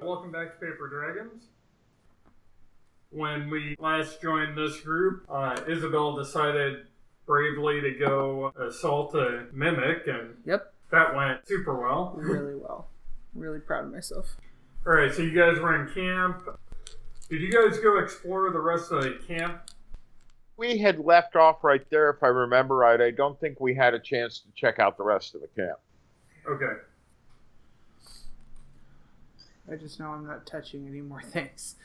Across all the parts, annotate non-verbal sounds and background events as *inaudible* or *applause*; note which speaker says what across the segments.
Speaker 1: Rock, Paper, Dragons. When we last joined this group, uh, Isabel decided bravely to go assault a mimic, and
Speaker 2: Yep,
Speaker 1: that went super well.
Speaker 2: really well. Really proud of myself.
Speaker 1: All right, so you guys were in camp. Did you guys go explore the rest of the camp?
Speaker 3: We had left off right there, if I remember right. I don't think we had a chance to check out the rest of the camp.
Speaker 1: Okay.
Speaker 2: I just know I'm not touching any more things.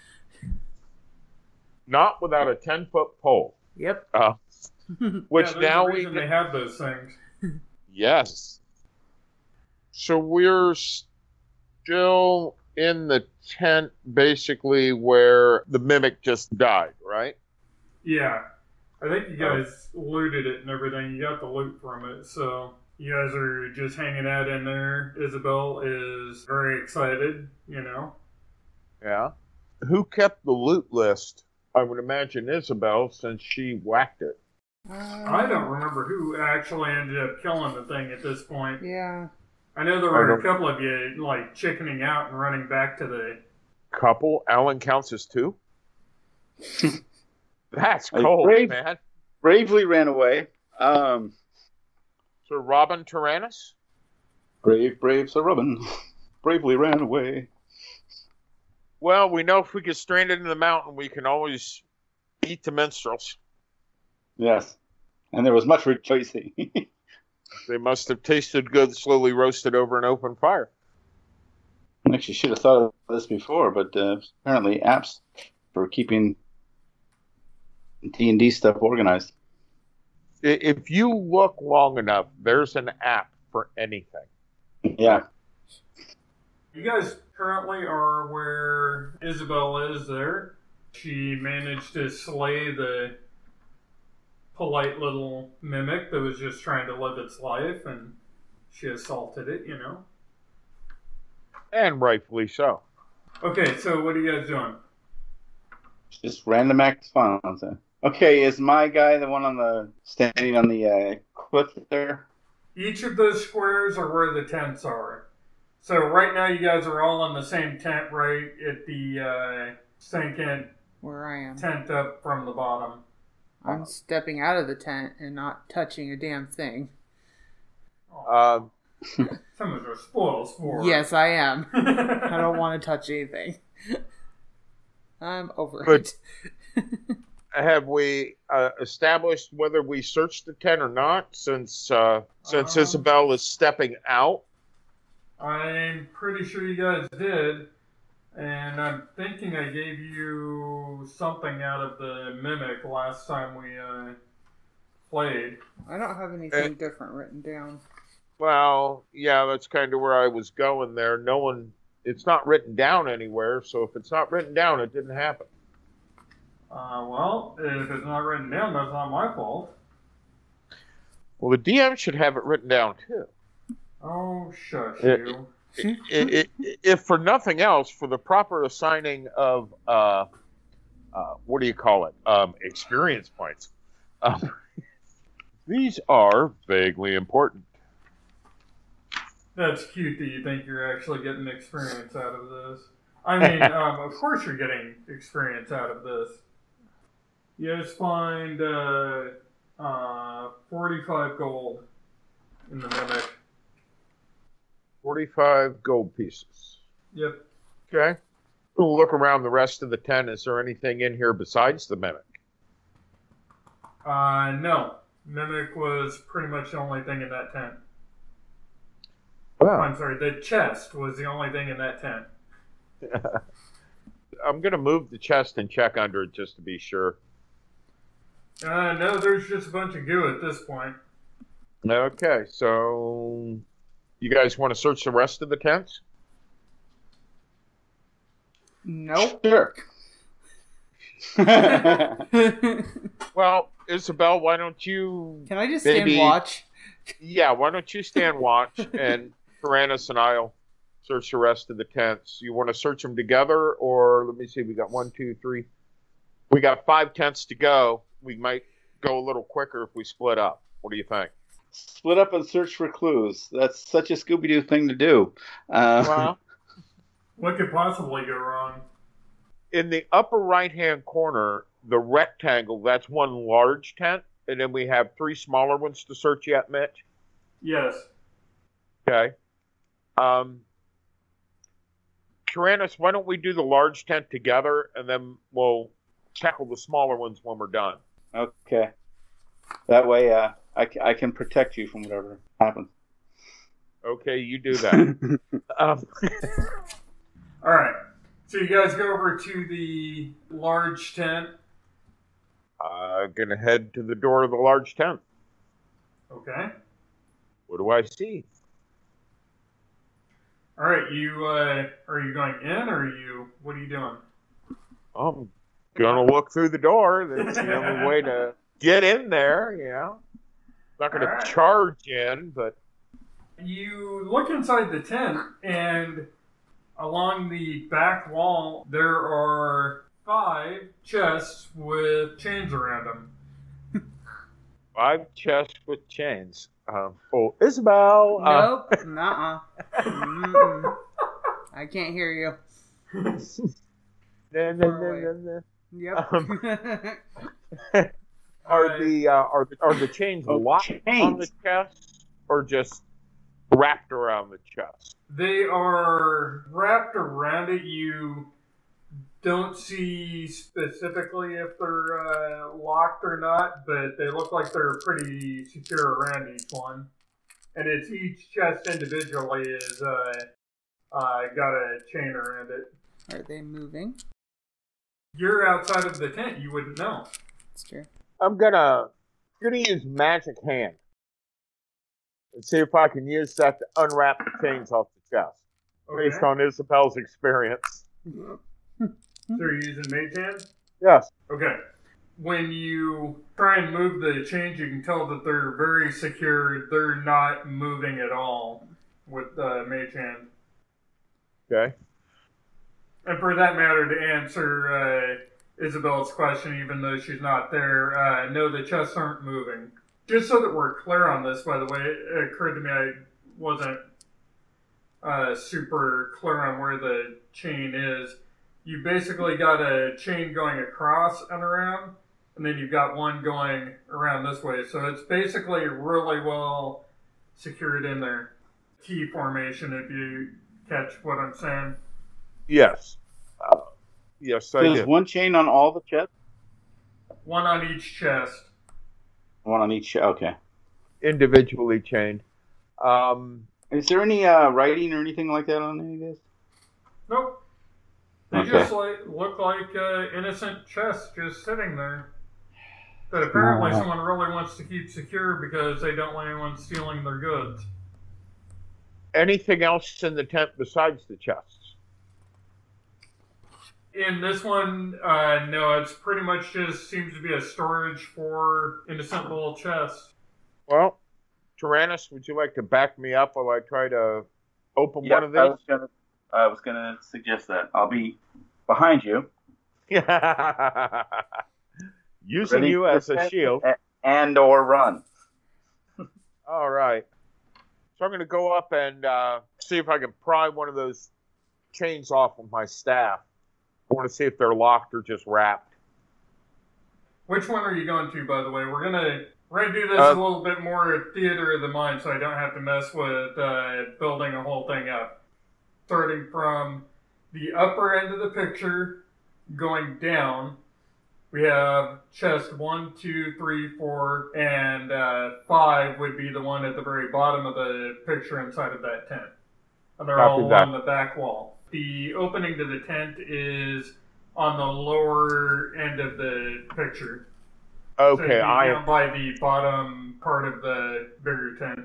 Speaker 3: Not without a 10 foot pole,
Speaker 2: Yep.
Speaker 3: uh, which
Speaker 1: Yeah, there's
Speaker 3: now
Speaker 1: a
Speaker 3: we.
Speaker 1: reason they have those things.
Speaker 3: Yes. So we're still in the tent, basically, where the mimic just died, right?
Speaker 1: Yeah. I think you
Speaker 3: Oh.
Speaker 1: guys looted it and everything. You got the loot from it. So you guys are just hanging out in there. Isabel is very excited, you know.
Speaker 3: Yeah. Who kept the loot list? I would imagine Isabel, since she whacked it.
Speaker 1: *laughs* I don't remember who actually ended up killing the thing at this point.
Speaker 2: *laughs* Yeah.
Speaker 1: I know there
Speaker 3: I
Speaker 1: were a
Speaker 3: don't-
Speaker 1: couple of you, like, chickening out and running back to the.
Speaker 3: Couple. Alan counts as
Speaker 4: *laughs*
Speaker 3: two. That's
Speaker 4: I
Speaker 3: cold,
Speaker 4: agree.
Speaker 3: man.
Speaker 4: Bravely ran away. Um,
Speaker 3: So Robin Tyrannus?
Speaker 4: brave, brave Sir Robin. *laughs* Bravely ran away.
Speaker 3: Well, we know if we get stranded in the mountain, we can always eat the minstrels.
Speaker 4: Yes. And there was much rejoicing.
Speaker 3: They must have tasted good, slowly roasted over an open fire.
Speaker 4: *laughs* Actually, should have thought of this before, but uh, apparently apps for keeping D and D stuff organized.
Speaker 3: I- If you look long enough, there's an app for anything.
Speaker 4: Yeah.
Speaker 1: You guys currently are where Isabel is there. She managed to slay the polite little mimic that was just trying to live its life and she assaulted it, you know.
Speaker 3: And rightfully so.
Speaker 1: Okay, so what are you guys doing?
Speaker 4: Just random act of fun. so. Okay, is my guy the one on the standing on the uh, cliff there?
Speaker 1: Each of those squares are where the tents are. So right now you guys are all in the same tent right at the uh, second
Speaker 2: Where I am.
Speaker 1: tent up from the bottom.
Speaker 2: I'm stepping out of the tent and not touching a damn thing.
Speaker 1: Oh,
Speaker 3: Um,
Speaker 1: some of those spoils for
Speaker 2: Yes, I am.
Speaker 1: *laughs*
Speaker 2: I
Speaker 1: I
Speaker 2: don't want to touch anything. *laughs* I'm over
Speaker 3: Good.
Speaker 2: it.
Speaker 3: have we uh, established whether we searched the tent or not? Since uh, since
Speaker 1: Um,
Speaker 3: Isabel is stepping out,
Speaker 1: I'm pretty sure you guys did, and I'm thinking I gave you something out of the mimic last time we uh, played.
Speaker 2: I don't have
Speaker 3: eh.
Speaker 2: anything different written down.
Speaker 3: well, yeah, that's kind of where I was going there. No one, it's not written down anywhere. So if it's not written down, it didn't happen.
Speaker 1: Uh, well, if it's not written down, that's not my fault.
Speaker 3: Well, the DM should have it written down too.
Speaker 1: Oh, shush
Speaker 3: Yeah.
Speaker 1: you.
Speaker 3: I- I- i- if for nothing else, for the proper assigning of uh, uh, what do you call it? Um, experience points. Um, *laughs* these are vaguely important.
Speaker 1: That's cute that you think you're actually getting experience out of this. I mean, um, of course you're getting experience out of this. You guys find uh, uh, 45 gold in the mimic.
Speaker 3: Forty-five gold pieces.
Speaker 1: Yep.
Speaker 3: Okay. We'll look around the rest of the tent. Is there anything in here besides the mimic?
Speaker 1: Uh, no. Mimic was pretty much the only thing in that tent.
Speaker 3: Wow. Oh.
Speaker 1: I'm sorry, the chest was the only thing in that tent.
Speaker 3: I'm gonna move the chest and check under it just to be sure.
Speaker 1: Uh, no, there's just a bunch of goo at this point.
Speaker 3: Okay. So, you guys want to search the rest of the tents?
Speaker 1: *laughs*
Speaker 2: Nope.
Speaker 4: Sure. *laughs* I
Speaker 2: Can
Speaker 3: Well, Isabel, why don't you
Speaker 2: I just stand
Speaker 3: Maybe-
Speaker 2: watch?
Speaker 3: Yeah, why don't you stand watch and Tyrannus and I'll search the rest of the tents. You want to search them together, or let me see, we got one, two, three. We got five tents to go. We might go a little quicker if we split up. What do you think?
Speaker 4: Split up and search for clues. That's such a Scooby Doo thing to do. Uh,
Speaker 3: Well,
Speaker 1: What could possibly go wrong?
Speaker 3: in the upper right hand corner, the rectangle, that's one large tent, and then we have three smaller ones to search yet, Mitch.
Speaker 1: Yes.
Speaker 3: Okay. Um Tyrannus, why don't we do the large tent together and then we'll tackle the smaller ones when we're done.
Speaker 4: *laughs* Okay. That way, uh, I, c- I can protect you from whatever happens.
Speaker 3: Okay, you do
Speaker 4: *laughs*
Speaker 3: that. um,
Speaker 1: All right. So you guys go over to the large tent.
Speaker 3: I'm gonna head to the door of the large tent.
Speaker 1: Okay.
Speaker 3: What do I see?
Speaker 1: All right. You uh, are you going in or are you? What are you doing?
Speaker 3: I'm gonna look through the door. That's the only way to get in there. You know, not gonna
Speaker 1: Alright.
Speaker 3: charge in, but
Speaker 1: You look inside the tent, and along the back wall, there are five chests with chains around them.
Speaker 3: five chests with chains. Um, oh, Isabel. uh,
Speaker 1: *laughs*
Speaker 2: nope. Nuh-uh. Mm-mm. I can't hear you.
Speaker 3: *laughs* nah, nah, nah, nah,
Speaker 2: Yep.
Speaker 3: Um, nah. Are
Speaker 1: Alright.
Speaker 3: the uh, are the, are the chains
Speaker 4: Oh,
Speaker 3: locked on the
Speaker 4: chains.
Speaker 3: chest, or just wrapped around the chest?
Speaker 1: They are wrapped around it. You don't see specifically if they're uh, locked or not, but they look like they're pretty secure around each one. And it's each chest individually is uh, uh, got a chain around it.
Speaker 2: *laughs* Are they moving?
Speaker 1: You're outside of the tent. You wouldn't know.
Speaker 2: It's true.
Speaker 3: I'm gonna gonna use magic hand and see if I can use that to unwrap the chains off the chest.
Speaker 1: Okay.
Speaker 3: based on Isabel's experience.
Speaker 2: Oh,
Speaker 1: So you're using mage hand.
Speaker 3: Yes.
Speaker 1: Okay. When you try and move the chains, you can tell that they're very secure. They're not moving at all with the mage hand.
Speaker 3: Okay.
Speaker 1: And for that matter, to answer uh, Isabel's question, even though she's not there, uh, no, the chests aren't moving. Just so that we're clear on this, by the way, it occurred to me I wasn't uh, super clear on where the chain is. You basically got a chain going across and around, and then you've got one going around this way. So it's basically really well secured in there. Key formation, if you catch what I'm saying.
Speaker 3: Yes. Uh, yes, I
Speaker 4: There's
Speaker 3: did.
Speaker 4: one chain on all the chests?
Speaker 1: One on each chest.
Speaker 4: One on each. Okay.
Speaker 3: Individually chained. Um,
Speaker 4: Is there any uh, writing or anything like that on any of this?
Speaker 1: Nope. They
Speaker 4: Okay.
Speaker 1: just like look like uh, innocent chests just sitting there. That apparently
Speaker 4: Alright.
Speaker 1: someone really wants to keep secure because they don't want anyone stealing their goods.
Speaker 3: anything else in the tent besides the chests?
Speaker 1: In this one, uh, no, it's pretty much just seems to be a storage for innocent little chests.
Speaker 3: Well, Tyrannus, would you like to back me up while I try to open
Speaker 4: Yeah,
Speaker 3: one of
Speaker 4: I
Speaker 3: these?
Speaker 4: was gonna, I was gonna suggest that. I'll be behind you,
Speaker 3: *laughs* Using
Speaker 4: Ready?
Speaker 3: you as a shield.
Speaker 4: and or run.
Speaker 3: All right. So I'm going to go up and uh, see if I can pry one of those chains off with my staff. I want to see if they're locked or just wrapped.
Speaker 1: Which one are you going to, by the way? We're gonna we're gonna do this
Speaker 3: Uh,
Speaker 1: a little bit more theater of the mind, so I don't have to mess with uh, building a whole thing up. Starting from the upper end of the picture, going down, we have chest one, two, three, four, and uh, five would be the one at the very bottom of the picture inside of that tent, and they're all
Speaker 3: Copy that.
Speaker 1: on the back wall. The opening to the tent is on the lower end of the picture. So
Speaker 3: Okay,
Speaker 1: you'd be
Speaker 3: I
Speaker 1: down by the bottom part of the bigger tent.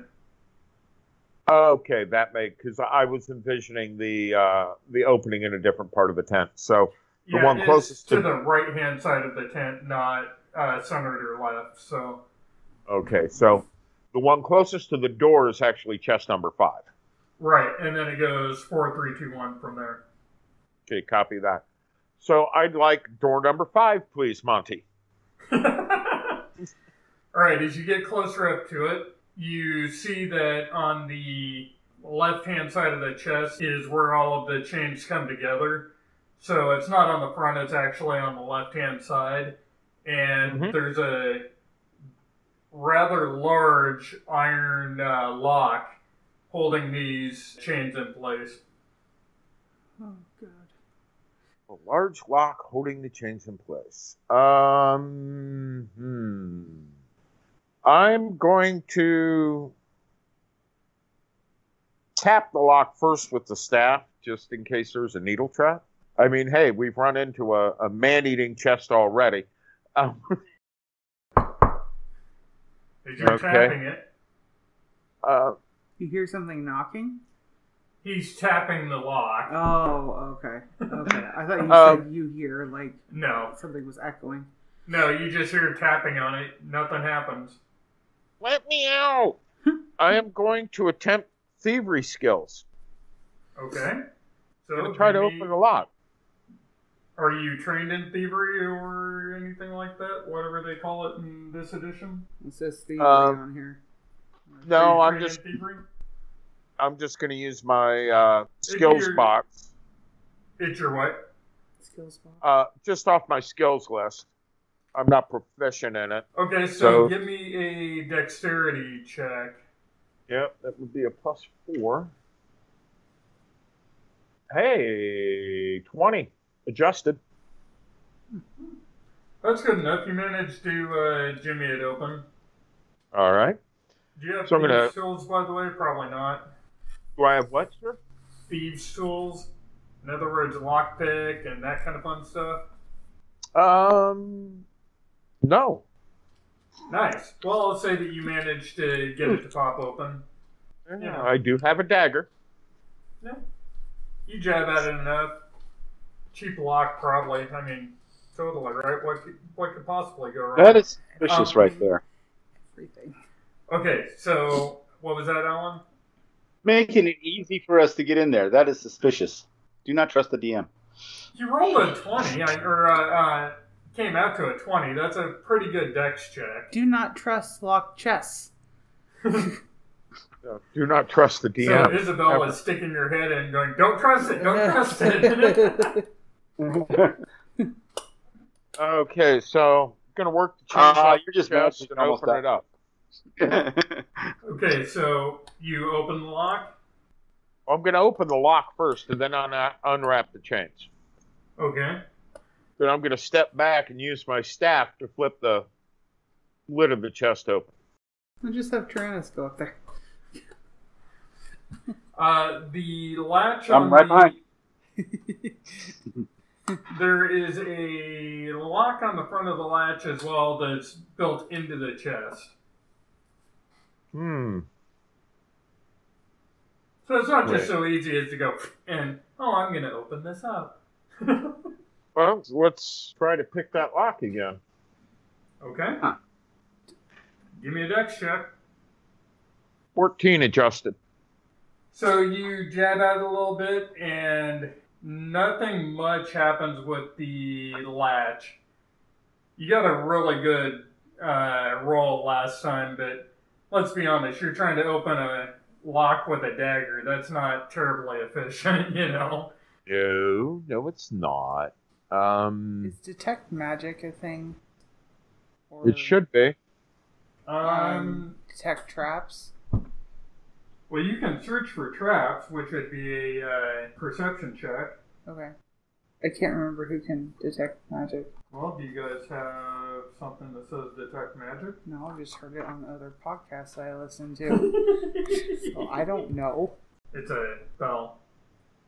Speaker 3: Okay, that made because I was envisioning the uh, the opening in a different part of the tent. So The one
Speaker 1: it's
Speaker 3: closest
Speaker 1: to,
Speaker 3: to-
Speaker 1: the right hand side of the tent, not uh, centered or left. So
Speaker 3: okay, so the one closest to the door is actually chest number five.
Speaker 1: right, and then it goes four, three, two, one from there.
Speaker 3: Okay, copy that. So I'd like door number five, please, Monty.
Speaker 1: *laughs* All right, as you get closer up to it, you see that on the left hand side of the chest is where all of the chains come together. So it's not on the front, it's actually on the left hand side. And
Speaker 3: Mhm.
Speaker 1: there's a rather large iron uh, lock holding these chains in place.
Speaker 2: Oh god.
Speaker 3: A large lock holding the chains in place. Um, hmm. I'm going to tap the lock first with the staff, just in case there's a needle trap. I mean, hey, we've run into a, a man-eating chest already. *laughs* Um,
Speaker 1: As you're
Speaker 3: Okay.
Speaker 1: tapping it,
Speaker 3: uh,
Speaker 2: You hear something knocking?
Speaker 1: he's tapping the lock.
Speaker 2: Oh, okay. Okay. I thought you
Speaker 3: *laughs* Um,
Speaker 2: said you hear like
Speaker 1: No,
Speaker 2: something was echoing.
Speaker 1: no, you just hear tapping on it, nothing happens.
Speaker 3: let me out! I am going to attempt thievery skills.
Speaker 1: Okay. So
Speaker 3: I'm going to try to
Speaker 1: maybe-
Speaker 3: open the lock.
Speaker 1: Are you trained in thievery or anything like that? Whatever they call it in this edition?
Speaker 2: It says thievery
Speaker 3: Um,
Speaker 2: on here.
Speaker 1: Are
Speaker 3: No,
Speaker 1: you
Speaker 3: I'm
Speaker 1: trained in
Speaker 3: just
Speaker 1: Thievery?
Speaker 3: I'm just going to use my uh, skills
Speaker 1: you're-
Speaker 3: box,
Speaker 1: It's your what?
Speaker 2: Skills box.
Speaker 3: uh, just off my skills list. I'm not proficient in it.
Speaker 1: Okay, so,
Speaker 3: So-
Speaker 1: give me a dexterity check.
Speaker 3: Yep, that would be a plus four. Hey, twenty adjusted.
Speaker 1: That's good enough. You managed to uh, jimmy it open.
Speaker 3: All right.
Speaker 1: Do you have
Speaker 3: So I'm
Speaker 1: thieves
Speaker 3: gonna-
Speaker 1: tools, by the way? Probably not.
Speaker 3: Do I have what, sir?
Speaker 1: Thieves tools. In other words, lockpick and that kind of fun stuff.
Speaker 3: Um, no.
Speaker 1: Nice. Well, I'll say that you managed to get it to pop open. Yeah.
Speaker 3: I do have a dagger.
Speaker 1: You jab at it enough. Cheap lock, probably. I mean, totally right. What could, what could possibly go wrong?
Speaker 4: That is suspicious
Speaker 1: Um,
Speaker 4: right there.
Speaker 2: Everything.
Speaker 1: okay. So what was that, Alan?
Speaker 4: Making it easy for us to get in there. That is suspicious. Do not trust the *laughs* DM.
Speaker 1: You rolled a twenty, I- or uh, uh, came out to a twenty. That's a pretty good dex check.
Speaker 2: Do not trust locked chests.
Speaker 3: No, do not trust the DM.
Speaker 1: So Isabel
Speaker 3: Ever.
Speaker 1: is sticking her head in, going, "Don't trust it. Don't
Speaker 2: *laughs*
Speaker 1: trust it."
Speaker 3: okay, so gonna work the chainsaw.
Speaker 4: Ah, you're just
Speaker 3: chest
Speaker 4: magic
Speaker 3: and
Speaker 4: almost
Speaker 3: open
Speaker 4: died.
Speaker 3: it up.
Speaker 1: okay. So you open the lock.
Speaker 3: I'm gonna open the lock first, and then un- unwrap the chains.
Speaker 1: Okay.
Speaker 3: Then I'm going to step back and use my staff to flip the lid of the chest open.
Speaker 2: I'll just have Tyrannus go up there.
Speaker 1: Uh, the latch.
Speaker 4: I'm
Speaker 1: on
Speaker 4: right
Speaker 1: the-
Speaker 4: behind.
Speaker 1: There is a lock on the front of the latch as well that's built into the chest.
Speaker 3: Hmm.
Speaker 1: So it's not just so easy as to go and oh, I'm gonna open this up. *laughs*
Speaker 3: Well, let's try to pick that lock again.
Speaker 1: okay.
Speaker 4: Huh.
Speaker 1: Give me a dex check.
Speaker 3: 14 adjusted.
Speaker 1: So you jab at it a little bit, and nothing much happens with the latch. You got a really good uh, roll last time, but let's be honest, you're trying to open a lock with a dagger. That's not terribly efficient, *laughs* you know?
Speaker 3: No, no, it's not. Um,
Speaker 2: Is detect magic a thing? Or
Speaker 3: it should be.
Speaker 1: Um,
Speaker 2: detect traps.
Speaker 1: well, you can search for traps, which would be a uh, perception check.
Speaker 2: Okay. I can't remember who can detect magic.
Speaker 1: Well, do you guys have something that says detect
Speaker 2: *laughs*
Speaker 1: magic?
Speaker 2: No, I just heard it on the other podcasts I listened to.
Speaker 3: *laughs*
Speaker 2: so I don't know.
Speaker 1: It's a bell.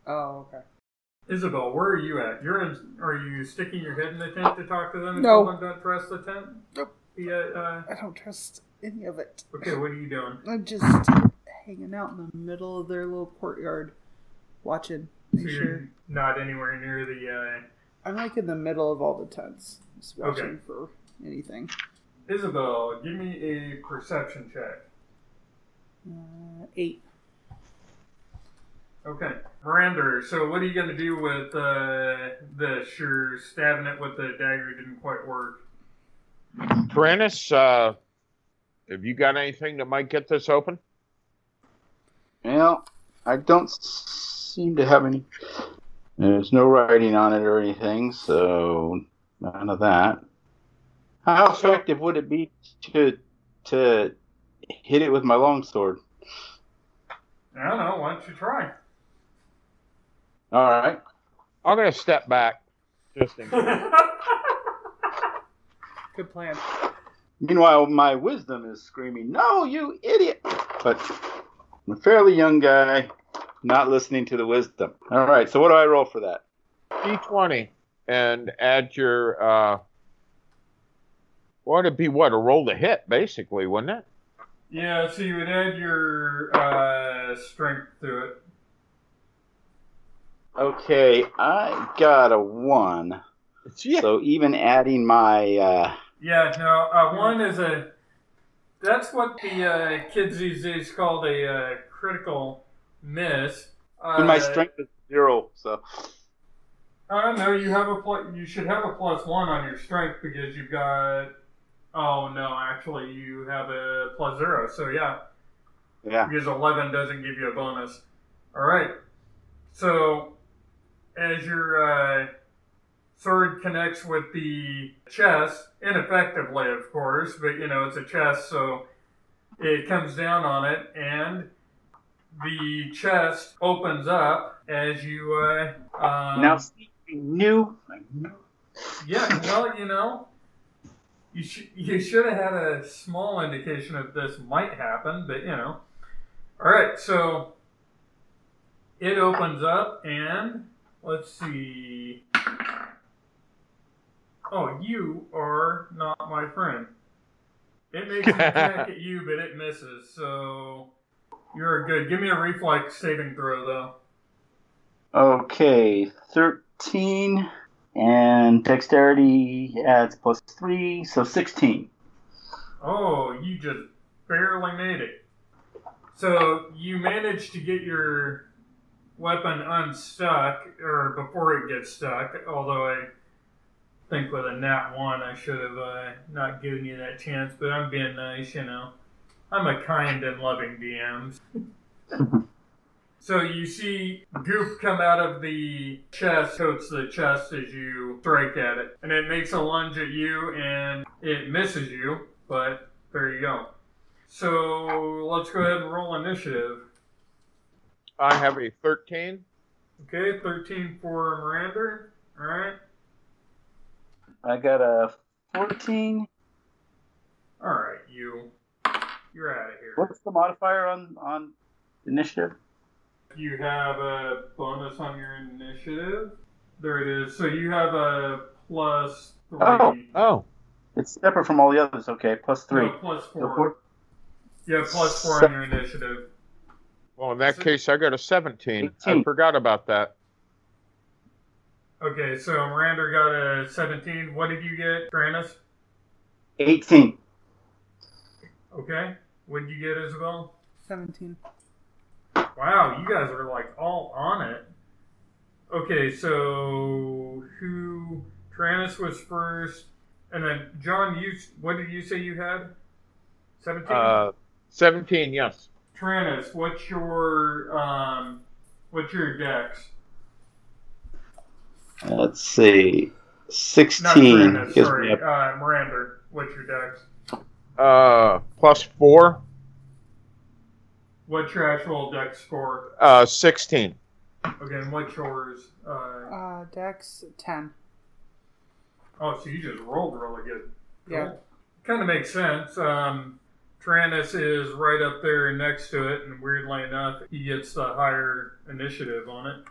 Speaker 2: Oh, okay.
Speaker 1: Isabel, where are you at? You're in. Are you sticking your head in the tent to talk to them and
Speaker 2: No.
Speaker 1: tell them don't trust the tent?
Speaker 2: Nope.
Speaker 1: Yeah. Uh,
Speaker 2: I don't trust any of it.
Speaker 1: okay. What are you doing?
Speaker 2: I'm just hanging out in the middle of their little courtyard, watching.
Speaker 1: So
Speaker 2: Make sure.
Speaker 1: you're not anywhere near the. uh,
Speaker 2: I'm like in the middle of all the tents, just
Speaker 1: Okay.
Speaker 2: watching for anything.
Speaker 1: Uh... Isabel, give me a perception check.
Speaker 2: Uh, eight.
Speaker 1: Okay, Miranda. So what are you going to do with uh, this? Your stabbing it with the dagger didn't quite work.
Speaker 3: Tyrannus, uh, have you got anything that might get this open?
Speaker 4: Well, I don't seem to have any. There's no writing on it or anything, so none of that. How effective would it be to to hit it with my longsword?
Speaker 1: I don't know. Why don't you try? *laughs*
Speaker 4: All right.
Speaker 3: I'm going to step back. Just in case.
Speaker 2: Good plan.
Speaker 4: Meanwhile, my wisdom is screaming, "No, you idiot!" But I'm a fairly young guy, not listening to the wisdom. All right. So what do I roll for that?
Speaker 3: D20 and add your. Uh, well, it'd be what? A roll to hit, basically, wouldn't it?
Speaker 1: yeah, so you would add your uh, strength to it.
Speaker 4: Okay, I got a one.
Speaker 3: Yeah.
Speaker 4: So even adding my uh,
Speaker 1: Yeah, no, uh, one is a. That's what the uh, kids these days called a uh, critical miss. Uh,
Speaker 4: and my strength is zero, so
Speaker 1: Uh, no, you have a pl- you should have a plus one on your strength because you've got. Oh no, actually you have a plus zero. So yeah,
Speaker 4: yeah.
Speaker 1: because eleven doesn't give you a bonus. All right. So as your uh, sword connects with the chest, ineffectively, of course, but you know it's a chest, so it comes down on it, and the chest opens up as you. Uh, um,
Speaker 4: now see, I knew, I knew.
Speaker 1: yeah, well, you know, you sh- you should have had a small indication of this might happen, but you know. All right, so it opens up, and let's see. Oh, you are not my friend. It makes an attack at you, but it misses. So you're good. Give me a reflex saving throw, though.
Speaker 4: Okay, thirteen, and dexterity adds plus three, so sixteen.
Speaker 1: Oh, you just barely made it. So you managed to get your weapon unstuck, or before it gets stuck. Although I think with a nat one, I should have uh, not given you that chance. But I'm being nice, you know. I'm a kind and loving DM. so you see goop come out of the chest, coats the chest as you strike at it, and it makes a lunge at you, and it misses you. But there you go. So let's go ahead and roll initiative.
Speaker 3: I have a 13.
Speaker 1: Okay, 13 for Miranda. All right.
Speaker 4: I got a fourteen.
Speaker 1: All right, you. You're out of here.
Speaker 4: What's the modifier on on initiative?
Speaker 1: You have a bonus on your initiative. There it is. So you have a plus three.
Speaker 4: Oh,
Speaker 3: Oh.
Speaker 4: It's separate from all the others. Okay, plus three.
Speaker 1: No, plus
Speaker 4: So
Speaker 1: four.
Speaker 4: four-
Speaker 1: You have plus four on your initiative.
Speaker 3: Well, in that
Speaker 1: So-
Speaker 3: case, I got a 17. I
Speaker 4: 18.
Speaker 3: forgot about that.
Speaker 1: Okay, so Miranda got a 17. What did you get, Grannis?
Speaker 4: Eighteen.
Speaker 1: Okay. What did you get, Isabel?
Speaker 2: 17.
Speaker 1: Wow, you guys are like all on it. Okay, so who? Tyrannus was first, and then John. You, what did you say you had? Seventeen.
Speaker 3: Uh, 17, yes.
Speaker 1: Tyrannus, what's your um, what's your dex?
Speaker 4: Let's
Speaker 1: Not
Speaker 4: see. Sixteen.
Speaker 1: Tyrannus,
Speaker 4: gives
Speaker 1: sorry,
Speaker 4: me a-
Speaker 1: uh, Miranda. What's your dex?
Speaker 3: Uh, plus 4,
Speaker 1: What's your actual dex score?
Speaker 3: uh, 16.
Speaker 1: Okay, and what's yours? Uh,
Speaker 2: Uh, Dex 10.
Speaker 1: oh, so you just rolled really good.
Speaker 2: Yeah.
Speaker 1: Kind of makes sense. Um, Tyrannus is right up there next to it, and weirdly enough, he gets the higher initiative on it.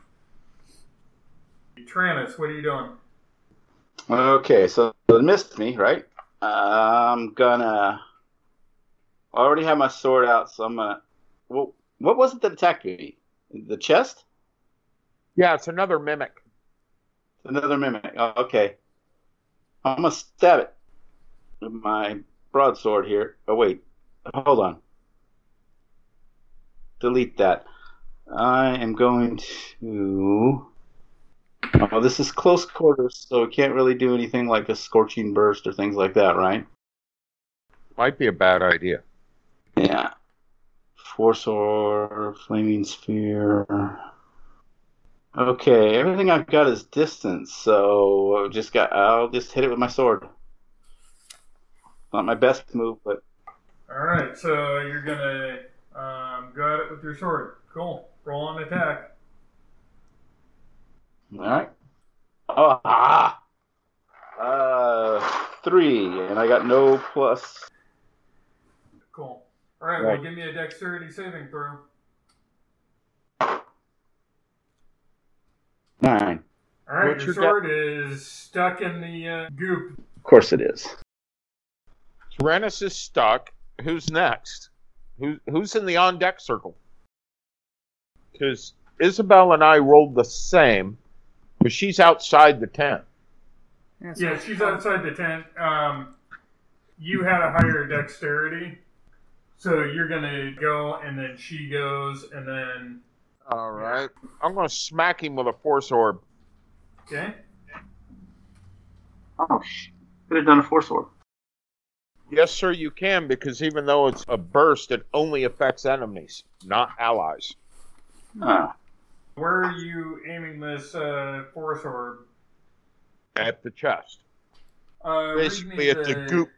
Speaker 1: Tyrannus, what are you doing?
Speaker 4: Okay, so it missed me, right? I'm gonna. I already have my sword out, so I'm gonna. Well, what was it that attacked me? The chest?
Speaker 3: Yeah, it's another mimic.
Speaker 4: Another mimic. Oh, okay. I'm gonna stab it with my broadsword here. Oh wait, hold on. Delete that. I am going to. Oh, this is close quarters, so it can't really do anything like a scorching burst or things like that, right?
Speaker 3: Might be a bad idea.
Speaker 4: Yeah. Force or Flaming Sphere. Okay, everything I've got is distance, so I've just got I'll just hit it with my sword. Not my best move, but
Speaker 1: All right, so you're gonna um, go at it with your sword. Cool. Roll an attack.
Speaker 4: all right. Oh, ah, uh, three, and I got no plus.
Speaker 1: Cool. All right.
Speaker 4: Right.
Speaker 1: Well, give me a dexterity saving throw.
Speaker 4: Nine.
Speaker 1: All right.
Speaker 3: What's
Speaker 1: your
Speaker 3: your
Speaker 1: sword is stuck in the uh, goop.
Speaker 4: Of course it is.
Speaker 3: Tyrannus is stuck. Who's next? Who, who's in the on deck circle? Because Isabel and I rolled the same, but she's outside the tent.
Speaker 2: Yeah, so-
Speaker 1: Yeah, she's outside the tent. Um, you had a higher dexterity, so you're gonna go, and then she goes, and then
Speaker 3: All right. I'm going to smack him with a force orb.
Speaker 1: okay.
Speaker 4: Oh, sh- could have done a force orb.
Speaker 3: Yes, sir, you can, because even though it's a burst, it only affects enemies, not allies.
Speaker 4: Ah,
Speaker 1: Where are you aiming this uh, force orb?
Speaker 3: At the chest.
Speaker 1: Uh, read me
Speaker 3: Basically, it's a
Speaker 1: the-
Speaker 3: goop.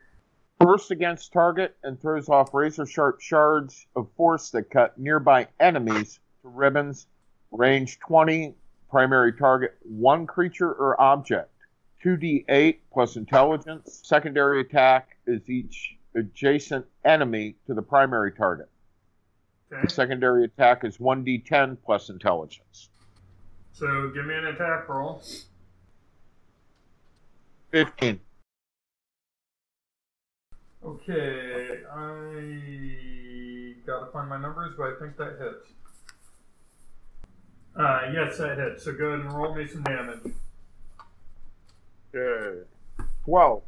Speaker 3: Bursts against target and throws off razor sharp shards of force that cut nearby enemies to ribbons. Range 20, primary target, one creature or object. 2d8 plus intelligence. Secondary attack is each adjacent enemy to the primary target.
Speaker 1: Okay.
Speaker 3: The secondary attack is 1d10 plus intelligence.
Speaker 1: So give me an attack roll.
Speaker 3: 15.
Speaker 1: Okay, I gotta find my numbers, but I think that hits. Uh, yes, that hits. So go ahead and roll me some damage.
Speaker 3: Okay. 12.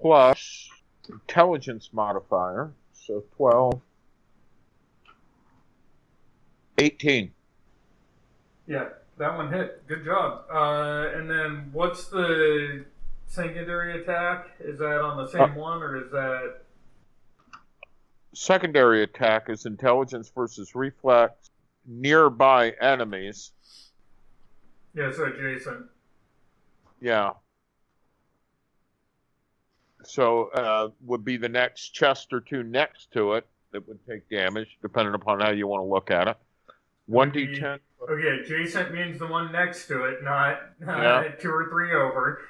Speaker 3: Plus intelligence modifier. So 12. 18.
Speaker 1: Yeah, that one hit. Good job. Uh, and then what's the secondary attack? Is that on the
Speaker 3: Uh,
Speaker 1: same one, or is that
Speaker 3: Secondary attack is intelligence versus reflex. Nearby enemies.
Speaker 1: yeah? So adjacent.
Speaker 3: Yeah. So uh, would be the next chest or two next to it that would take damage, depending upon how you want to look at it. One d ten.
Speaker 1: Okay, Oh, adjacent means the one next to it, not uh,
Speaker 3: Yeah.
Speaker 1: *laughs*
Speaker 3: Uh.
Speaker 1: two or three over.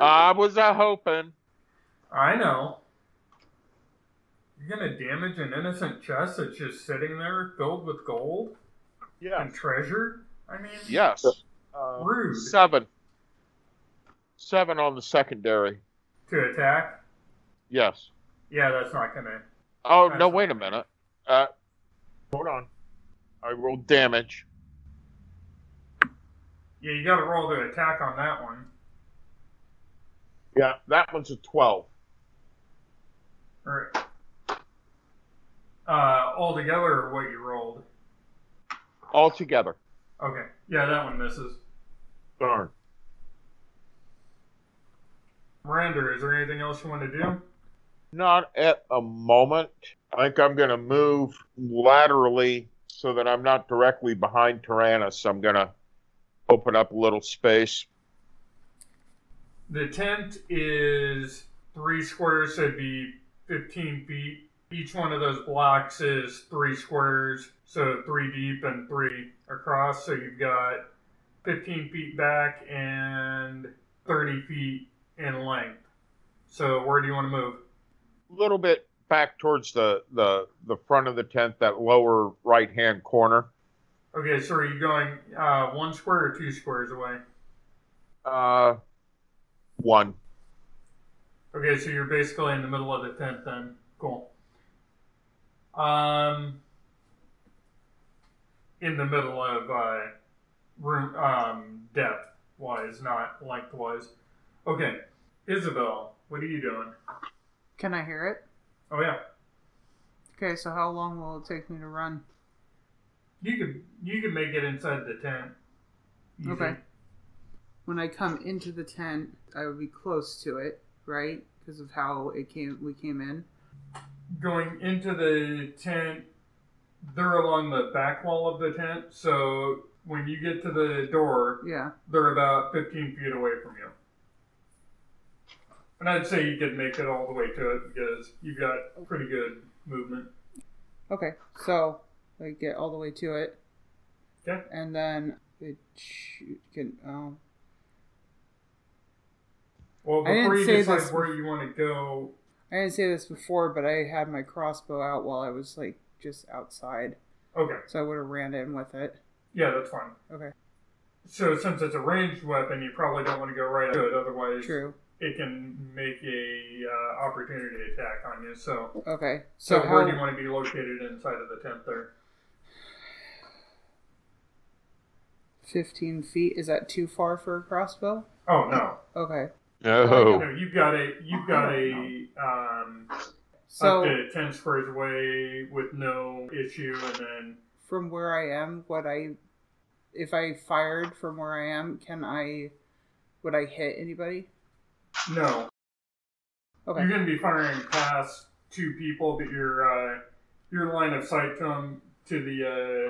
Speaker 3: I was a hoping.
Speaker 1: *laughs* I know. You're gonna damage an innocent chest that's just sitting there filled with gold
Speaker 3: Yeah.
Speaker 1: and treasure? I mean,
Speaker 3: Yes. Uh,
Speaker 1: rude
Speaker 3: seven. Seven on the secondary.
Speaker 1: to attack.
Speaker 3: Yes.
Speaker 1: Yeah, that's not gonna.
Speaker 3: Oh
Speaker 1: That's
Speaker 3: no!
Speaker 1: not
Speaker 3: Wait a
Speaker 1: bad.
Speaker 3: minute. Uh, hold on. I rolled damage.
Speaker 1: Yeah, you gotta roll to attack on that one.
Speaker 3: Yeah, that one's a twelve.
Speaker 1: Or, uh, altogether, what you rolled.
Speaker 3: Altogether.
Speaker 1: Okay, yeah, that one misses.
Speaker 3: Darn.
Speaker 1: Miranda, is there anything else you want to do?
Speaker 3: Not at a moment. I think I'm going to move laterally so that I'm not directly behind Tyrannus. I'm going to open up a little space.
Speaker 1: The tent is three squares, so it'd be 15 feet. Each one of those blocks is three squares, so three deep and three across. So you've got 15 feet back and 30 feet in length. So where do you want to move?
Speaker 3: A little bit back towards the, the, the front of the tent, that lower right hand corner.
Speaker 1: Okay, so are you going uh, one square or two squares away?
Speaker 3: Uh, one.
Speaker 1: Okay, so you're basically in the middle of the tent then. Cool. Um, in the middle of uh, room um, depth wise, not length wise. Okay, Isabel, what are you doing?
Speaker 2: Can I hear it?
Speaker 1: Oh yeah,
Speaker 2: Okay, so how long will it take me to run?
Speaker 1: you could you could make it inside the tent. Easy.
Speaker 2: Okay. When I come into the tent, I would be close to it, right? Because of how it came, we came in.
Speaker 1: going into the tent, they're along the back wall of the tent. So when you get to the door,
Speaker 2: Yeah.
Speaker 1: they're about 15 feet away from you. And I'd say you could make it all the way to it because you've got pretty good movement.
Speaker 2: Okay. So I get all the way to it.
Speaker 1: Yeah.
Speaker 2: And then it shoot, can oh
Speaker 1: Well,
Speaker 2: I didn't
Speaker 1: before you
Speaker 2: say
Speaker 1: decide
Speaker 2: this-
Speaker 1: where you want to go,
Speaker 2: I didn't say this before, but I had my crossbow out while I was like just outside.
Speaker 1: okay,
Speaker 2: So I would have ran in with it.
Speaker 1: yeah, that's fine.
Speaker 2: Okay.
Speaker 1: So since it's a ranged weapon, you probably don't want to go right to it, otherwise
Speaker 2: True.
Speaker 1: it can make a uh, opportunity attack on you. So,
Speaker 2: Okay.
Speaker 1: so,
Speaker 2: So,
Speaker 1: where
Speaker 2: how
Speaker 1: do you want to be located inside of the tent there?
Speaker 2: fifteen feet is that too far for a crossbow?
Speaker 1: Oh no,
Speaker 2: Okay.
Speaker 3: Oh,
Speaker 1: no, you've got a you've got
Speaker 2: Oh,
Speaker 1: a um, up
Speaker 2: So
Speaker 1: to ten squares away with no issue, and then
Speaker 2: from where I am, what I if I fired from where I am, can I would I hit anybody?
Speaker 1: no,
Speaker 2: Okay.
Speaker 1: you're going to be firing past two people, but your uh, your line of sight to 'em- to the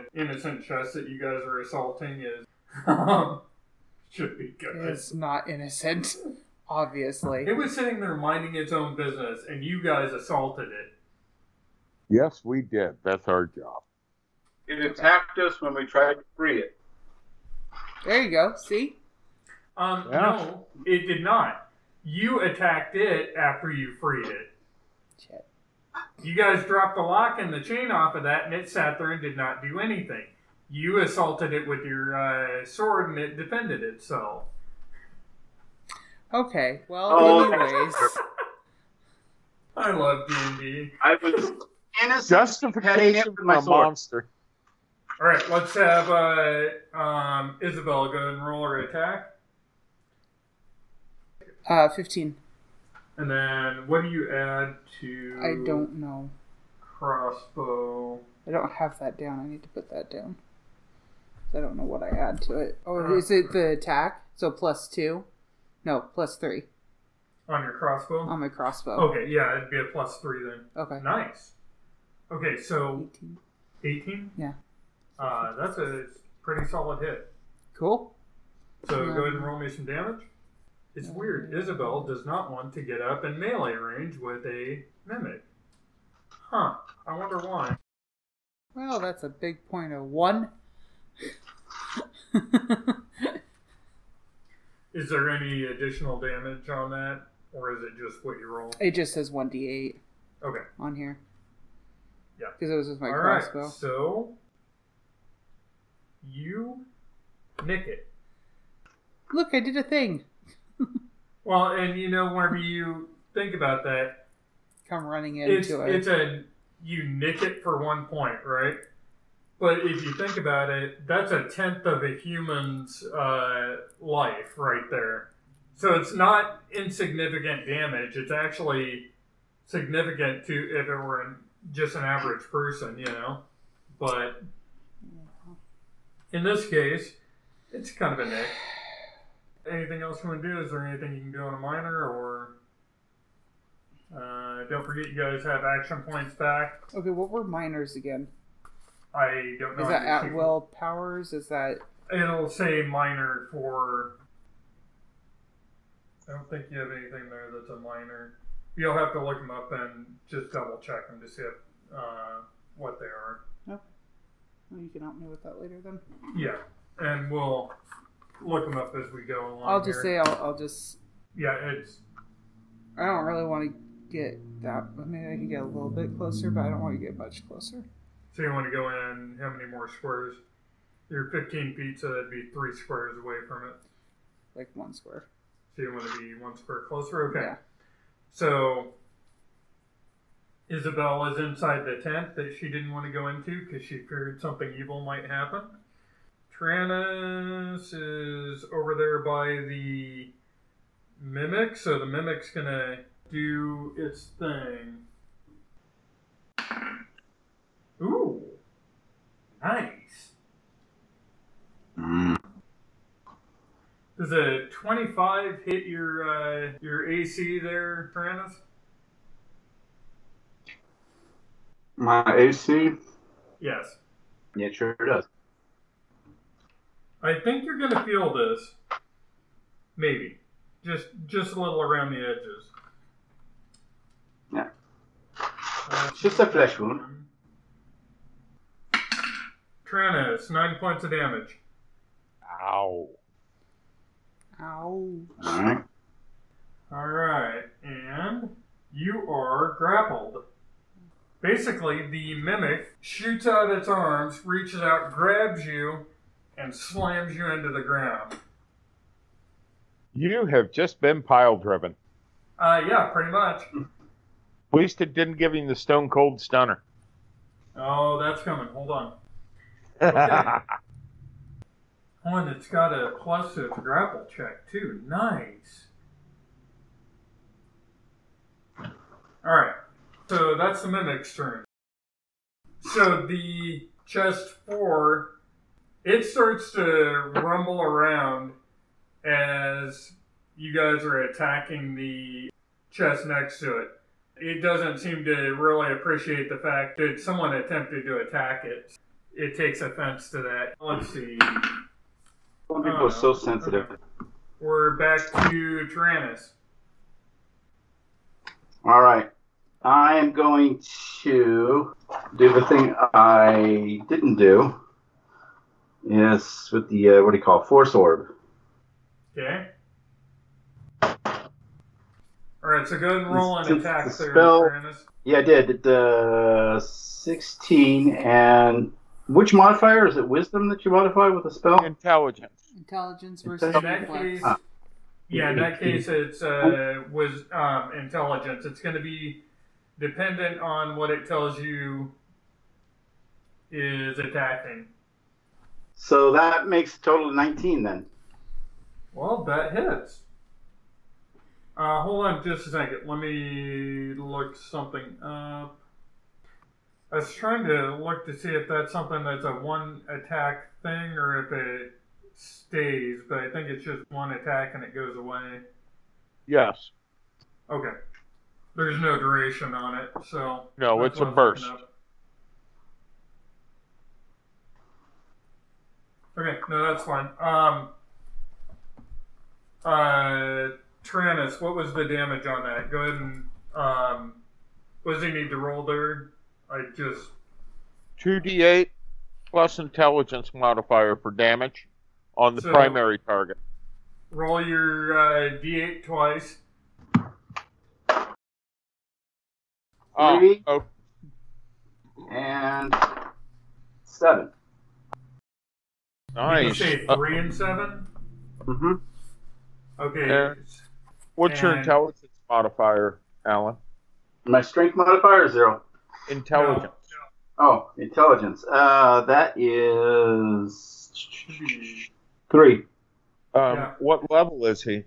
Speaker 1: uh, innocent chest that you guys are assaulting is um, *laughs* should be good.
Speaker 2: It's not innocent, *laughs* obviously.
Speaker 1: It was sitting there minding its own business, and you guys assaulted it.
Speaker 3: yes, we did. That's our job.
Speaker 4: It attacked us when we tried to free it.
Speaker 2: There you go. See?
Speaker 1: Um,
Speaker 3: Yeah.
Speaker 1: No, it did not. You attacked it after you freed it.
Speaker 2: Shit.
Speaker 1: You guys dropped the lock and the chain off of that, and it sat there and did not do anything. You assaulted it with your uh, sword, and it defended itself.
Speaker 2: Okay. Well,
Speaker 4: Oh, okay.
Speaker 2: anyways,
Speaker 1: I love D and D.
Speaker 4: I was innocent. Petting it
Speaker 3: Justification
Speaker 4: with
Speaker 3: for
Speaker 4: my
Speaker 3: a
Speaker 4: sword.
Speaker 3: monster.
Speaker 1: All right, let's have uh, um, Isabel go and roll her attack,
Speaker 2: uh, fifteen.
Speaker 1: and then what do you add to?
Speaker 2: I don't know.
Speaker 1: crossbow.
Speaker 2: I don't have that down. I need to put that down. I don't know what I add to it.
Speaker 1: Uh-huh.
Speaker 2: Oh, is it the attack? So plus two? No, plus three
Speaker 1: On your crossbow?
Speaker 2: on my crossbow.
Speaker 1: okay, yeah, it'd be a plus three then.
Speaker 2: Okay.
Speaker 1: Nice. Okay, so
Speaker 2: 18.
Speaker 1: 18?
Speaker 2: Yeah.
Speaker 1: Uh, that's a pretty solid hit.
Speaker 2: Cool.
Speaker 1: So go ahead and roll me some damage. It's weird. Isabel does not want to get up in melee range with a mimic. Huh. I wonder why.
Speaker 2: Well, that's a big point of one. *laughs*
Speaker 1: Is there any additional damage on that? Or is it just what you roll?
Speaker 2: it just says 1d8
Speaker 1: Okay.
Speaker 2: on here.
Speaker 1: Yeah.
Speaker 2: Because it was with my
Speaker 1: All right.
Speaker 2: crossbow.
Speaker 1: So you nick it.
Speaker 2: Look, I did a thing.
Speaker 1: Well, and you know, whenever you think about that,
Speaker 2: Come running
Speaker 1: it's
Speaker 2: into it.
Speaker 1: it's a you nick it for one point, right? But if you think about it, that's a tenth of a human's uh, life right there. So it's not insignificant damage. It's actually significant to if it were an, just an average person, you know. But in this case, it's kind of a nick. Anything else you want to do? Is there anything you can do on a minor or? Uh, don't forget, you guys have action points back.
Speaker 2: Okay, what were minors again?
Speaker 1: I don't know. if
Speaker 2: Is that
Speaker 1: you
Speaker 2: at
Speaker 1: can-
Speaker 2: will powers? Is that
Speaker 1: It'll say minor for. I don't think you have anything there that's a minor. You'll have to look them up and just double check them to see if, uh, what they are.
Speaker 2: Oh, you can help me with that later then.
Speaker 1: Yeah, and we'll look them up as we go along.
Speaker 2: I'll just
Speaker 1: here.
Speaker 2: say I'll, I'll just
Speaker 1: Yeah, it's
Speaker 2: I don't really want to get that. I mean, I can get a little bit closer, but I don't want to get much closer.
Speaker 1: So you want to go in how many more squares? You're 15 feet, so that'd be three squares away from it.
Speaker 2: Like one square.
Speaker 1: So you want to be one square closer? Okay.
Speaker 2: Yeah.
Speaker 1: So Isabel is inside the tent that she didn't want to go into because she feared something evil might happen. Tyrannus is over there by the mimic, so the mimic's gonna do its thing. Ooh, nice.
Speaker 4: Hmm.
Speaker 1: Does a 25 hit your uh, your AC there, Tyrannus?
Speaker 4: My AC?
Speaker 1: Yes.
Speaker 4: It sure does.
Speaker 1: I think you're gonna feel this. Maybe. Just just a little around the edges.
Speaker 4: Yeah.
Speaker 1: Uh,
Speaker 4: Just a flesh wound.
Speaker 1: Tranis, nine points of damage.
Speaker 3: Ow.
Speaker 2: Ow.
Speaker 4: Alright.
Speaker 1: Alright, and you are grappled. Basically, the mimic shoots out its arms, reaches out, grabs you, and slams you into the ground.
Speaker 3: You have just been pile driven.
Speaker 1: Uh, yeah, pretty much.
Speaker 3: Wasted didn't give him the stone cold stunner.
Speaker 1: *laughs* Oh, that's coming. Hold on. Okay. One that's got a plus to its grapple check, too. Nice. Alright, so that's the mimic's turn. So the chest four, it starts to rumble around as you guys are attacking the chest next to it. It doesn't seem to really appreciate the fact that someone attempted to attack it. It takes offense to that. Let's see.
Speaker 4: Some people are so sensitive.
Speaker 1: Okay. We're back to Tyrannus.
Speaker 4: All right. I am going to do the thing I didn't do. Yes, with the, uh, what do you call it? Force Orb.
Speaker 1: Okay. Alright, so go ahead and roll an
Speaker 4: Since
Speaker 1: attack
Speaker 4: the
Speaker 1: there,
Speaker 4: spell-
Speaker 1: Tyrannus.
Speaker 4: Yeah, I did. The 16 and. Which modifier? Is it wisdom that you modify with a spell?
Speaker 3: Intelligence.
Speaker 2: Intelligence
Speaker 4: In
Speaker 2: versus
Speaker 1: In that
Speaker 2: reflex.
Speaker 1: case,
Speaker 4: Ah.
Speaker 1: yeah, in that case, it's uh, was um, intelligence. It's going to be dependent on what it tells you is attacking.
Speaker 4: So that makes a total of 19 then.
Speaker 1: Well, that hits. Uh, hold on just a second. Let me look something up. I was trying to look to see if that's something that's a one attack thing or if it stays, but I think it's just one attack and it goes away.
Speaker 3: Yes.
Speaker 1: Okay. There's no duration on it, so. that's
Speaker 3: No, Oh, it's a
Speaker 1: what I was
Speaker 3: burst.
Speaker 1: looking up. Okay, no, that's fine. Um, uh, Tyrannus, what was the damage on that? Go ahead and. Um, what does he need to roll there? I just.
Speaker 3: 2d8 plus intelligence modifier for damage on the
Speaker 1: So-
Speaker 3: primary target.
Speaker 1: Roll your uh, d8 twice.
Speaker 3: Oh,
Speaker 4: Three.
Speaker 3: oh,
Speaker 4: And. 7.
Speaker 1: Did you
Speaker 3: nice.
Speaker 1: say
Speaker 3: Uh,
Speaker 1: 3 and 7?
Speaker 4: Mm-hmm.
Speaker 1: Okay.
Speaker 3: Yeah. what's your
Speaker 1: and-
Speaker 3: intelligence modifier, Alan?
Speaker 4: My strength modifier is 0.
Speaker 3: Intelligence.
Speaker 4: Oh, intelligence. Uh, that is three.
Speaker 3: Um,
Speaker 1: Yeah.
Speaker 3: What level is he?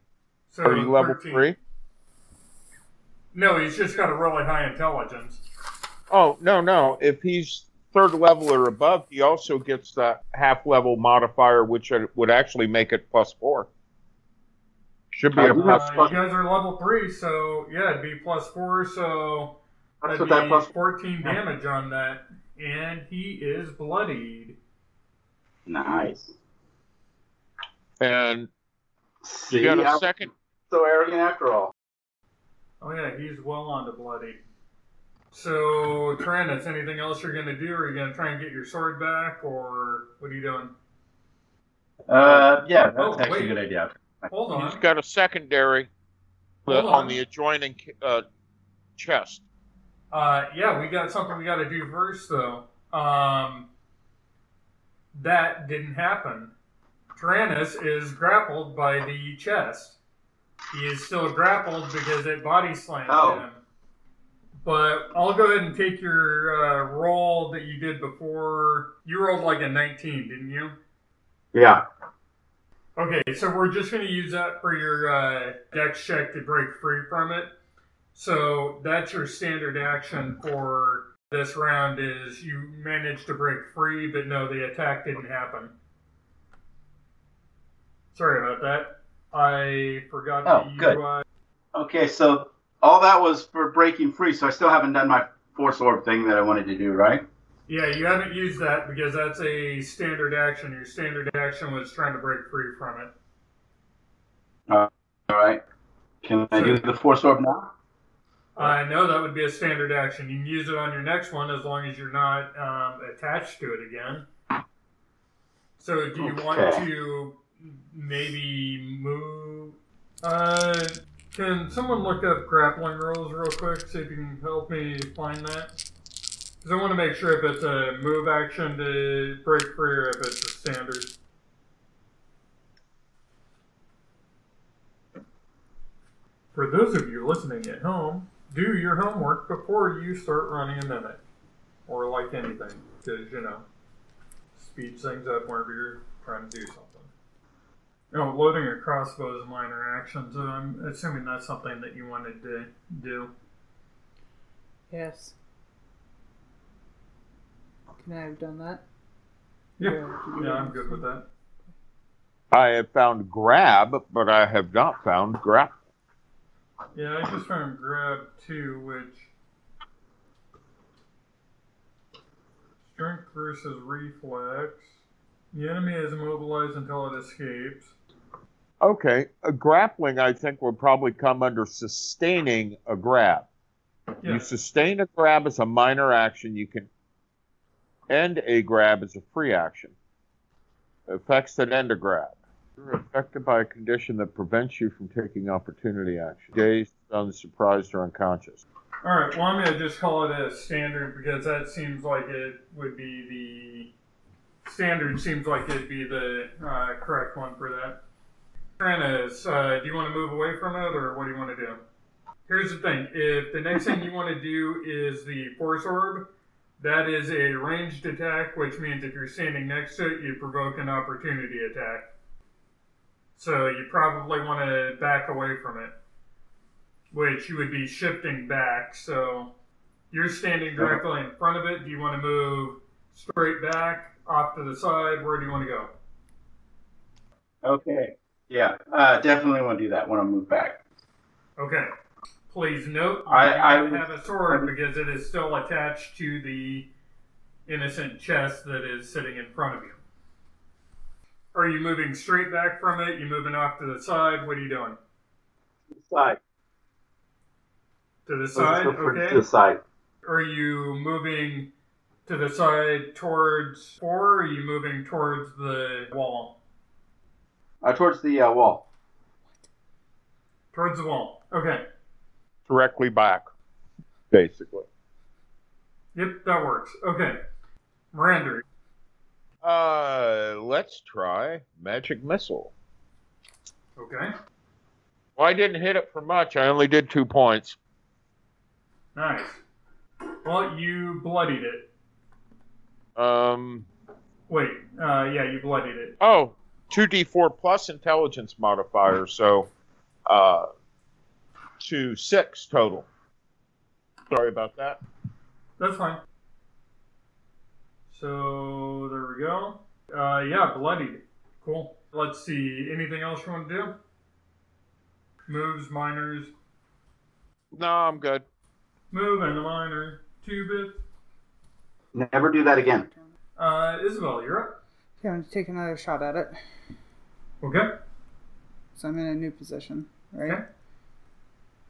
Speaker 1: So
Speaker 3: Are you level
Speaker 1: 13.
Speaker 3: three?
Speaker 1: No, he's just got a really high intelligence.
Speaker 3: Oh no, no. If he's third level or above, he also gets that half level modifier, which are- would actually make it plus four. Should be
Speaker 4: I
Speaker 3: a
Speaker 4: do
Speaker 1: Uh,
Speaker 3: plus
Speaker 4: have-
Speaker 1: you guys are level three, so yeah, it'd be plus four, so
Speaker 4: That's
Speaker 1: that'd
Speaker 4: what
Speaker 1: be
Speaker 4: that plus.
Speaker 1: 14 damage on that. And he is bloodied.
Speaker 4: Nice.
Speaker 3: and
Speaker 4: See,
Speaker 3: you got
Speaker 4: I'm
Speaker 3: a second.
Speaker 4: so arrogant after all.
Speaker 1: Oh yeah, he's well on to bloody. So, Tyrannus, anything else you're gonna do? Are you gonna try and get your sword back, or what are you doing?
Speaker 4: Uh, yeah, that's
Speaker 1: Oh,
Speaker 4: actually
Speaker 1: wait.
Speaker 4: a good idea.
Speaker 1: Hold
Speaker 3: He's
Speaker 1: on.
Speaker 3: got a secondary
Speaker 1: Hold
Speaker 3: on
Speaker 1: on.
Speaker 3: the adjoining uh, chest.
Speaker 1: Uh, yeah, we got something we gotta do first, though. Um, that didn't happen. Tyrannus is grappled by the chest. He is still grappled because it body slammed
Speaker 4: Oh.
Speaker 1: him. But I'll go ahead and take your uh, roll that you did before. You rolled like a 19, didn't you?
Speaker 4: Yeah.
Speaker 1: Okay, so we're just going to use that for your uh, dex check to break free from it. So that's your standard action for this round is you managed to break free, but no, the attack didn't happen. Sorry about that. I forgot
Speaker 4: Oh,
Speaker 1: that you
Speaker 4: good.
Speaker 1: uh,
Speaker 4: Okay, so all that was for breaking free, so I still haven't done my force orb thing that I wanted to do, right?
Speaker 1: Yeah, you haven't used that because that's a standard action. Your standard action was trying to break free from it.
Speaker 4: All right. Can I do the force orb now?
Speaker 1: I know that would be a standard action. You can use it on your next one as long as you're not um, attached to it again. So, do you want
Speaker 4: Okay.
Speaker 1: to maybe move? Uh, can someone look up grappling rules real quick? See if you can help me find that. Because I want to make sure if it's a move action to break free or if it's a standard. For those of you listening at home, do your homework before you start running a mimic. Or like anything, because, you know, speeds things up whenever you're trying to do something. You know, loading a crossbow is a minor action, so I'm assuming that's something that you wanted to do.
Speaker 2: Yes. Can I have done that?
Speaker 1: Yeah, I'm good with that.
Speaker 3: I have found grab, but I have not found grapple.
Speaker 1: Yeah, I just found grab two, which strength versus reflex. The enemy is immobilized until it escapes.
Speaker 3: Okay, a grappling I think would probably come under sustaining a grab.
Speaker 1: Yeah,
Speaker 3: You sustain a grab as a minor action. You can end a grab as a free action. Effects that end a grab. You're affected by a condition that prevents you from taking opportunity action. Dazed, stunned, surprised, or unconscious.
Speaker 1: All right. Well, I'm gonna just call it a standard because that seems like it would be the standard. Seems like it'd be the uh, correct one for that. Tranis, uh, do you want to move away from it, or what do you want to do? Here's the thing: if the next thing you want to do is the force orb, that is a ranged attack, which means if you're standing next to it, you provoke an opportunity attack. So you probably want to back away from it which you would be shifting back. So you're standing directly in front of it. Do you want to move straight back, off to the side? Where do you want to go?
Speaker 4: Okay. Yeah, uh, definitely want to do that when I move back.
Speaker 1: Okay. Please note
Speaker 4: I-
Speaker 1: you
Speaker 4: I
Speaker 1: don't
Speaker 4: would-
Speaker 1: have a
Speaker 4: I
Speaker 1: sword
Speaker 4: would-
Speaker 1: because it is still attached to the innocent chest that is sitting in front of you. Are you moving straight back from it? You moving off to the side? What are you doing?
Speaker 4: Side.
Speaker 1: To the
Speaker 4: Let's just
Speaker 1: side?
Speaker 4: go for
Speaker 1: Okay.
Speaker 4: The side.
Speaker 1: Are you moving to the side towards four? Or are you moving towards the wall?
Speaker 4: Uh, towards the uh, wall.
Speaker 1: Towards the wall. Okay.
Speaker 3: Directly back, basically.
Speaker 1: Yep, that works. Okay. Miranda,
Speaker 3: Uh, let's try magic missile.
Speaker 1: Okay.
Speaker 3: Well, I didn't hit it for much. I only did two points.
Speaker 1: Nice. Well, you bloodied it.
Speaker 3: Um,
Speaker 1: Wait. Uh, yeah, you bloodied it.
Speaker 3: oh, 2d4 plus intelligence modifier, so uh, to six total. Sorry about that.
Speaker 1: That's fine. So there we go. Uh, yeah, bloodied. Cool. Let's see. Anything else you want to do? Moves, minors,
Speaker 3: No, I'm good.
Speaker 1: move, and a minor. Two bits.
Speaker 4: Never do that again.
Speaker 1: Uh, Isabel, you're up.
Speaker 2: Okay, I'm gonna take another shot at it.
Speaker 1: Okay.
Speaker 2: So I'm in a new position, right?
Speaker 1: Okay.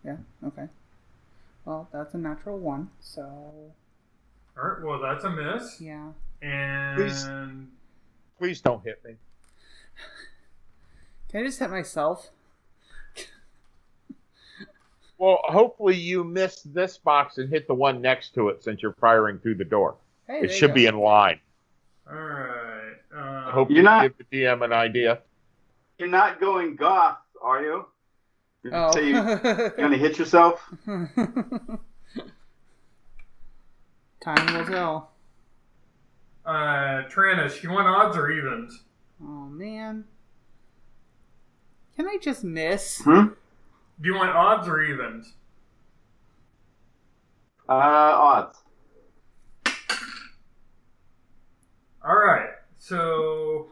Speaker 2: Yeah, okay. Well, that's a natural one, so
Speaker 1: All right. Well, that's a miss.
Speaker 2: yeah.
Speaker 1: And
Speaker 3: Please. Please don't hit me.
Speaker 2: Can I just hit myself?
Speaker 3: Well, hopefully you missed this box and hit the one next to it since you're firing through the door.
Speaker 2: Hey,
Speaker 3: it
Speaker 2: there you
Speaker 3: should
Speaker 2: go.
Speaker 3: be in line.
Speaker 1: all right.
Speaker 3: I
Speaker 1: Uh,
Speaker 3: hope
Speaker 4: You're
Speaker 3: you
Speaker 4: not-
Speaker 3: give the DM an idea.
Speaker 4: You're not going goth, are you?
Speaker 2: Oh. *laughs*
Speaker 4: So you- you're gonna hit yourself?
Speaker 2: Time will tell.
Speaker 1: uh, Tranis, you want odds or evens?
Speaker 2: Oh man. Can I just miss?
Speaker 4: Hmm.
Speaker 1: Do you want odds or evens?
Speaker 4: Uh, odds.
Speaker 1: All right. So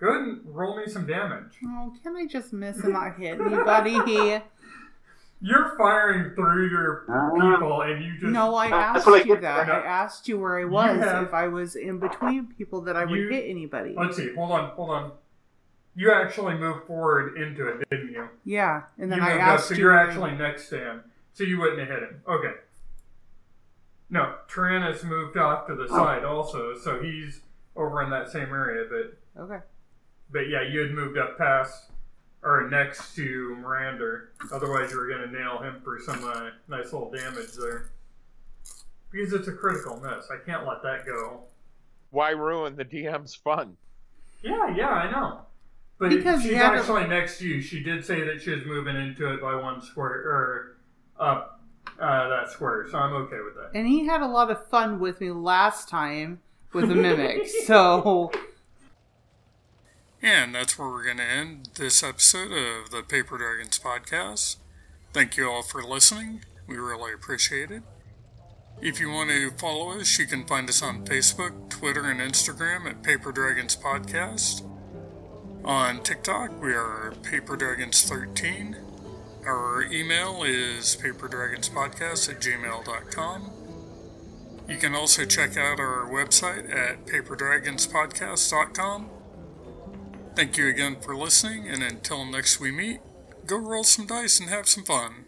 Speaker 1: go ahead and roll me some damage.
Speaker 2: Oh, can I just miss and not hit anybody here?
Speaker 1: You're firing through your
Speaker 4: Ah.
Speaker 1: people, and you just
Speaker 2: No, I
Speaker 4: That's
Speaker 2: asked
Speaker 4: what I
Speaker 2: you
Speaker 4: get
Speaker 2: that.
Speaker 1: for-
Speaker 2: I asked you where I
Speaker 1: You
Speaker 2: was,
Speaker 1: have-
Speaker 2: if I was in between people, that I would
Speaker 1: You-
Speaker 2: hit anybody.
Speaker 1: Let's see. Hold on. Hold on. You actually moved forward into it, didn't you?
Speaker 2: Yeah, and then
Speaker 1: you
Speaker 2: I
Speaker 1: moved
Speaker 2: asked
Speaker 1: so
Speaker 2: you.
Speaker 1: you're
Speaker 2: where-
Speaker 1: actually next to him, so you wouldn't have hit him. Okay. No, Tyrannus moved off to the
Speaker 2: Oh.
Speaker 1: side also, so he's over in that same area. But
Speaker 2: Okay.
Speaker 1: but yeah, you had moved up past or next to Miranda. Otherwise, you were gonna nail him for some uh, nice little damage there. Because it's a critical miss. I can't let that go.
Speaker 3: Why ruin the DM's fun?
Speaker 1: Yeah, yeah, I know. But
Speaker 2: Because
Speaker 1: she's
Speaker 2: you had to-
Speaker 1: actually next to you. She did say that she was moving into it by one square or up uh, that square, so I'm okay with that.
Speaker 2: And he had a lot of fun with me last time with the mimic, so
Speaker 1: And that's where we're going to end this episode of the Paper Dragons podcast. Thank you all for listening. We really appreciate it. If you want to follow us, you can find us on Facebook, Twitter, and Instagram at Paper Dragons Podcast. On TikTok, we are Paper Dragons 13. Our email is paperdragonspodcast at gmail.com. You can also check out our website at paperdragonspodcast.com. Thank you again for listening, and until next we meet, go roll some dice and have some fun.